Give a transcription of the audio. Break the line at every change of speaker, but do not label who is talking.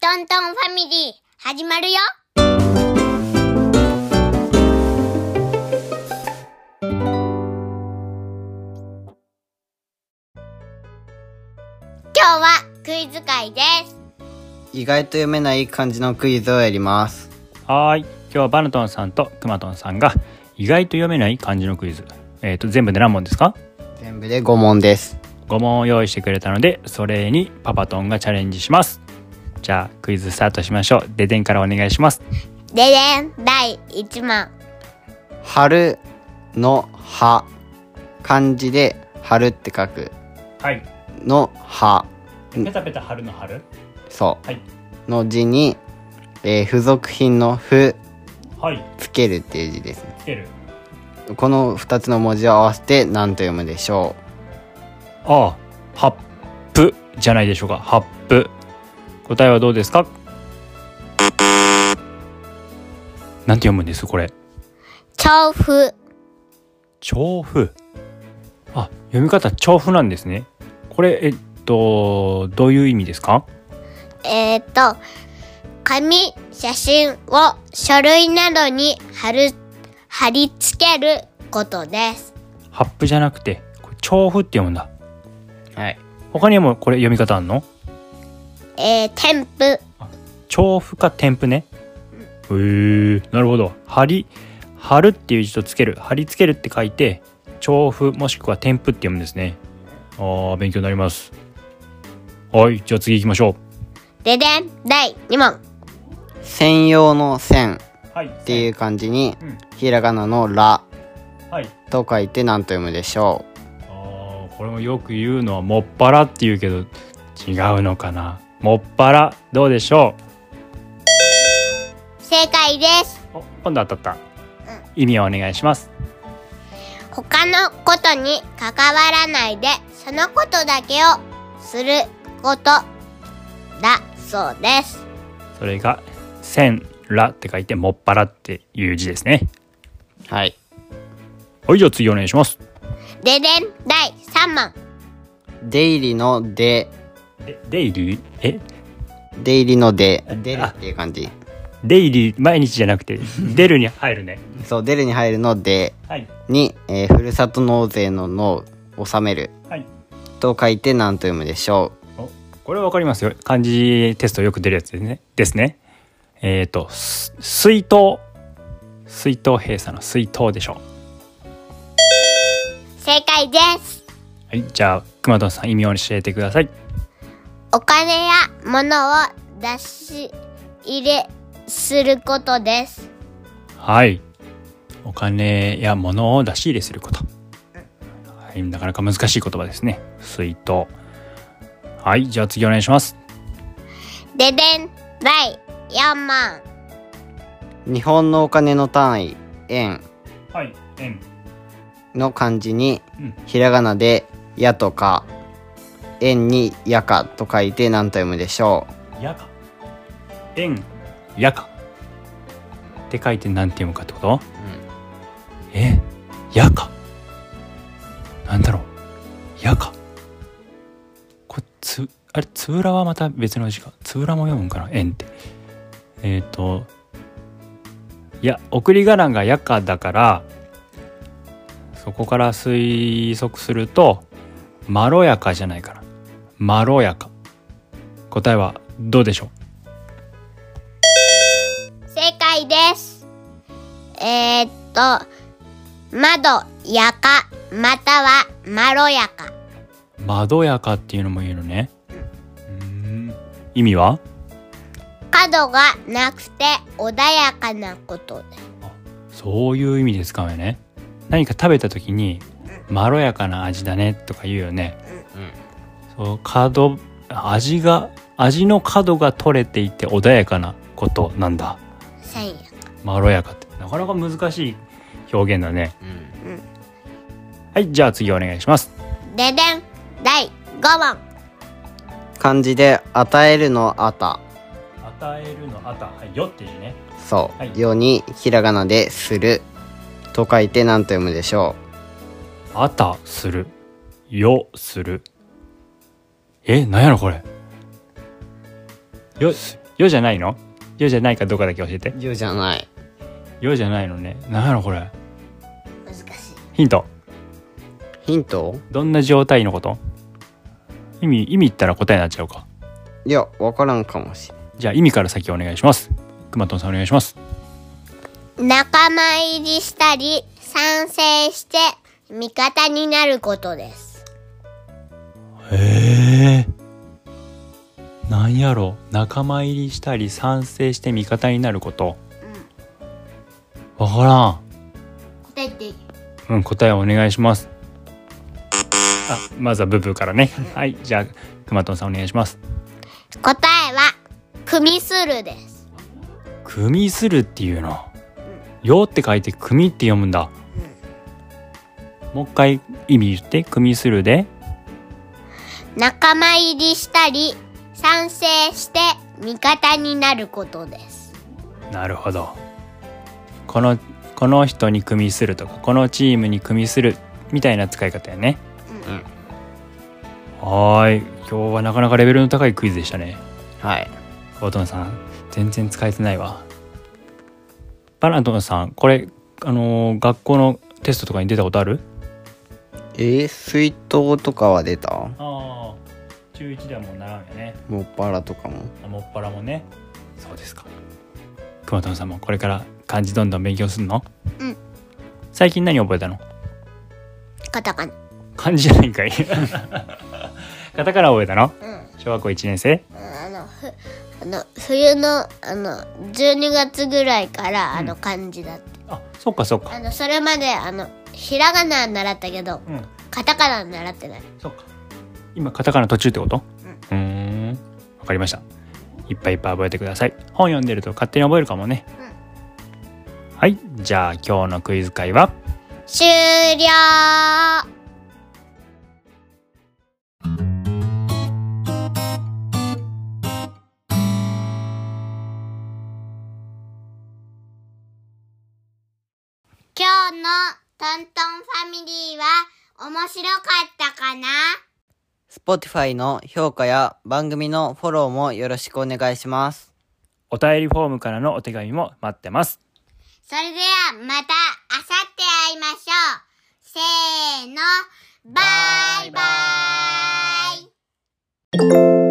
トントンファミリー、始まるよ今日はクイズ会です。
意外と読めない漢字のクイズをやります
はーい今日はバナトンさんとくまとんさんが意外と読めない漢字のクイズえっ、と全部で何問ですか
全部で5問です
5問を用意してくれたのでそれにパパトンがチャレンジしますじゃあクイズスタートしましょうデデンからお願いします
ででん、第1問。
春の葉漢字で春って書く
はい
の葉
ペタペタ春の春
そ
はいう
の字に、えー付属品の「ふ
はい」
つけるっていう字ですね
つける
この2つの文字を合わせて何と読むでしょ
ああハップじゃないでしょうかハップ答えはどうですかなんて読むんですこれ
調布。
調布あ読み方調布なんですねこれえっとどういう意味ですか
えっ、ー、と、紙、写真を書類などに貼る、貼り付けることです。
ハップじゃなくてこれ調布って読むんだ
うはい
他にもこれ読み方あんの
えー、添付。
調布か添付ねへえなるほど貼り貼るっていう字とつける貼り付けるって書いて調布もしくは添付って読むんですねあー勉強になりますはいじゃあ次行きましょ
ででん、第2問。
専用の「線
うはいっ」
っていう漢字に
うん
ひらがなの「ら
はい」
と書いて何と読むでしょ
あーこれもよく言うのはもっぱらって言うけど違うのかなもっぱらどうでしょ
正解です。
うお今度は当たった意味をお願いします
他のことに関わらないで、そのことだけをすることだそうです。
それが「せんら」って書いて「もっぱら」っていう字ですね
うはい
はいじゃあ次お願いします
ででん、第3問。
出入りの「で
えデイリーえ」
出入りの「で」「出る」っていう漢字
デイリー毎日じゃなく て出るに入るね
そう、出るに入るので
はい
に、えーふるさと納税ののを納める
はい
と書いて何と読むでしょ
おこれわかりますよ漢字テストよく出るやつですねですねえっ、とす水筒水筒閉鎖の水筒でしょう
正解です。
はい、じゃあ、熊田さん、意味を教えてください。
お金や物を出し入れすることです。
はい。お金や物を出し入れすること。はい、なかなか難しい言葉ですね。水筒。はい、じゃあ次お願いします。
ででん、第4問。
う日本のお金の単位円
はい、円。
の漢字に
うん
ひらがなで「や」とか「円」に「やか」と書いて何と読むでしょ
やか。円、やか。って書いて何て読むかってこと
う、
え、やか。なんだろう。やか。こつ、あれ、つうらはまた別の字か。つうらも読むんかな、円って。えっ、と。いや、送り仮名がやかだから。そこから推測すると。まろやかじゃないかな。まろやか。答えはどうでしょ
正解です。えー、っと、窓やか、またはまろやか。
う。まどやかっていうのも言うのね。うーん意味は。
角がなくて穏やかなことです。
そういう意味ですかね。何か食べた時にまろやかな味だねとか言うよね。そう角味が味の角が取れていて穏やかなことなんだ。
せんや。
まろやかってなかなか難しい表現だね。
うんうん
はい、じゃあ次お願いします。
ででん、第5問。
漢字で「与える」の「あた
与えるのあたはいよって字ね。」
そう「
はい
よ」にひらがなで「する」と書いて何と読むでしょ
あたするよする。え、なんやろこれ。よすよじゃないのよじゃないかどうかだけ教えて
よじゃない
よじゃないのねなんやろこれ
難しい
ヒント
ヒント
どんな状態のこと意味意味言ったら答えになっちゃうか
いやわからんかもしれ
じゃあ意味から先お願いしますくまとんさんお願いします
仲間入りしたり賛成して味方になることです
へえなんやろ仲間入りしたり賛成して味方になることわか
答えていい
らん、うん、答えお願いしますあまずはブブーからねはいじゃあくまとんさんお願いします
答えは組するです
組するっていうの「よ」って書いて「組」って読むんだ、もう一回意味言って「組する」で
仲間入りしたり賛成して味方になることです
なるほどこのこの人に組みするとかこのチームに組みするみたいな使い方やね
うん
はーい今日はなかなかレベルの高いクイズでしたね
はい
バトンさん全然使えてないわバナトンさんこれあのー学校のテストとかに出たことある
えー、水筒とかは出た
ああ中1ではもうならんよね
もっぱらとかも
もっぱらもねそうですか熊田さんもこれから漢字どんどん勉強するの
うん
最近何覚えたの
カタカナ
漢字じゃないんか いカタカナ覚えたの
うん
小学校1年生
あのふあの冬のあの12月ぐらいからあの漢字だって、
あそっかそっか
あのそれまであのひらがなは習ったけど
うん
カタカナは習ってない
そっか今カタカナ途中ってことうんーんわかりましたいっぱいいっぱい覚えてください本読んでると勝手に覚えるかもね、はいじゃあ今日のクイズ会は
終了今日のトントンファミリーは面白かったかな
Spotify の評価や番組のフォローもよろしくお願いします
お便りフォームからのお手紙も待ってます
それではまたあさって会いましょう。せーの、バイバイ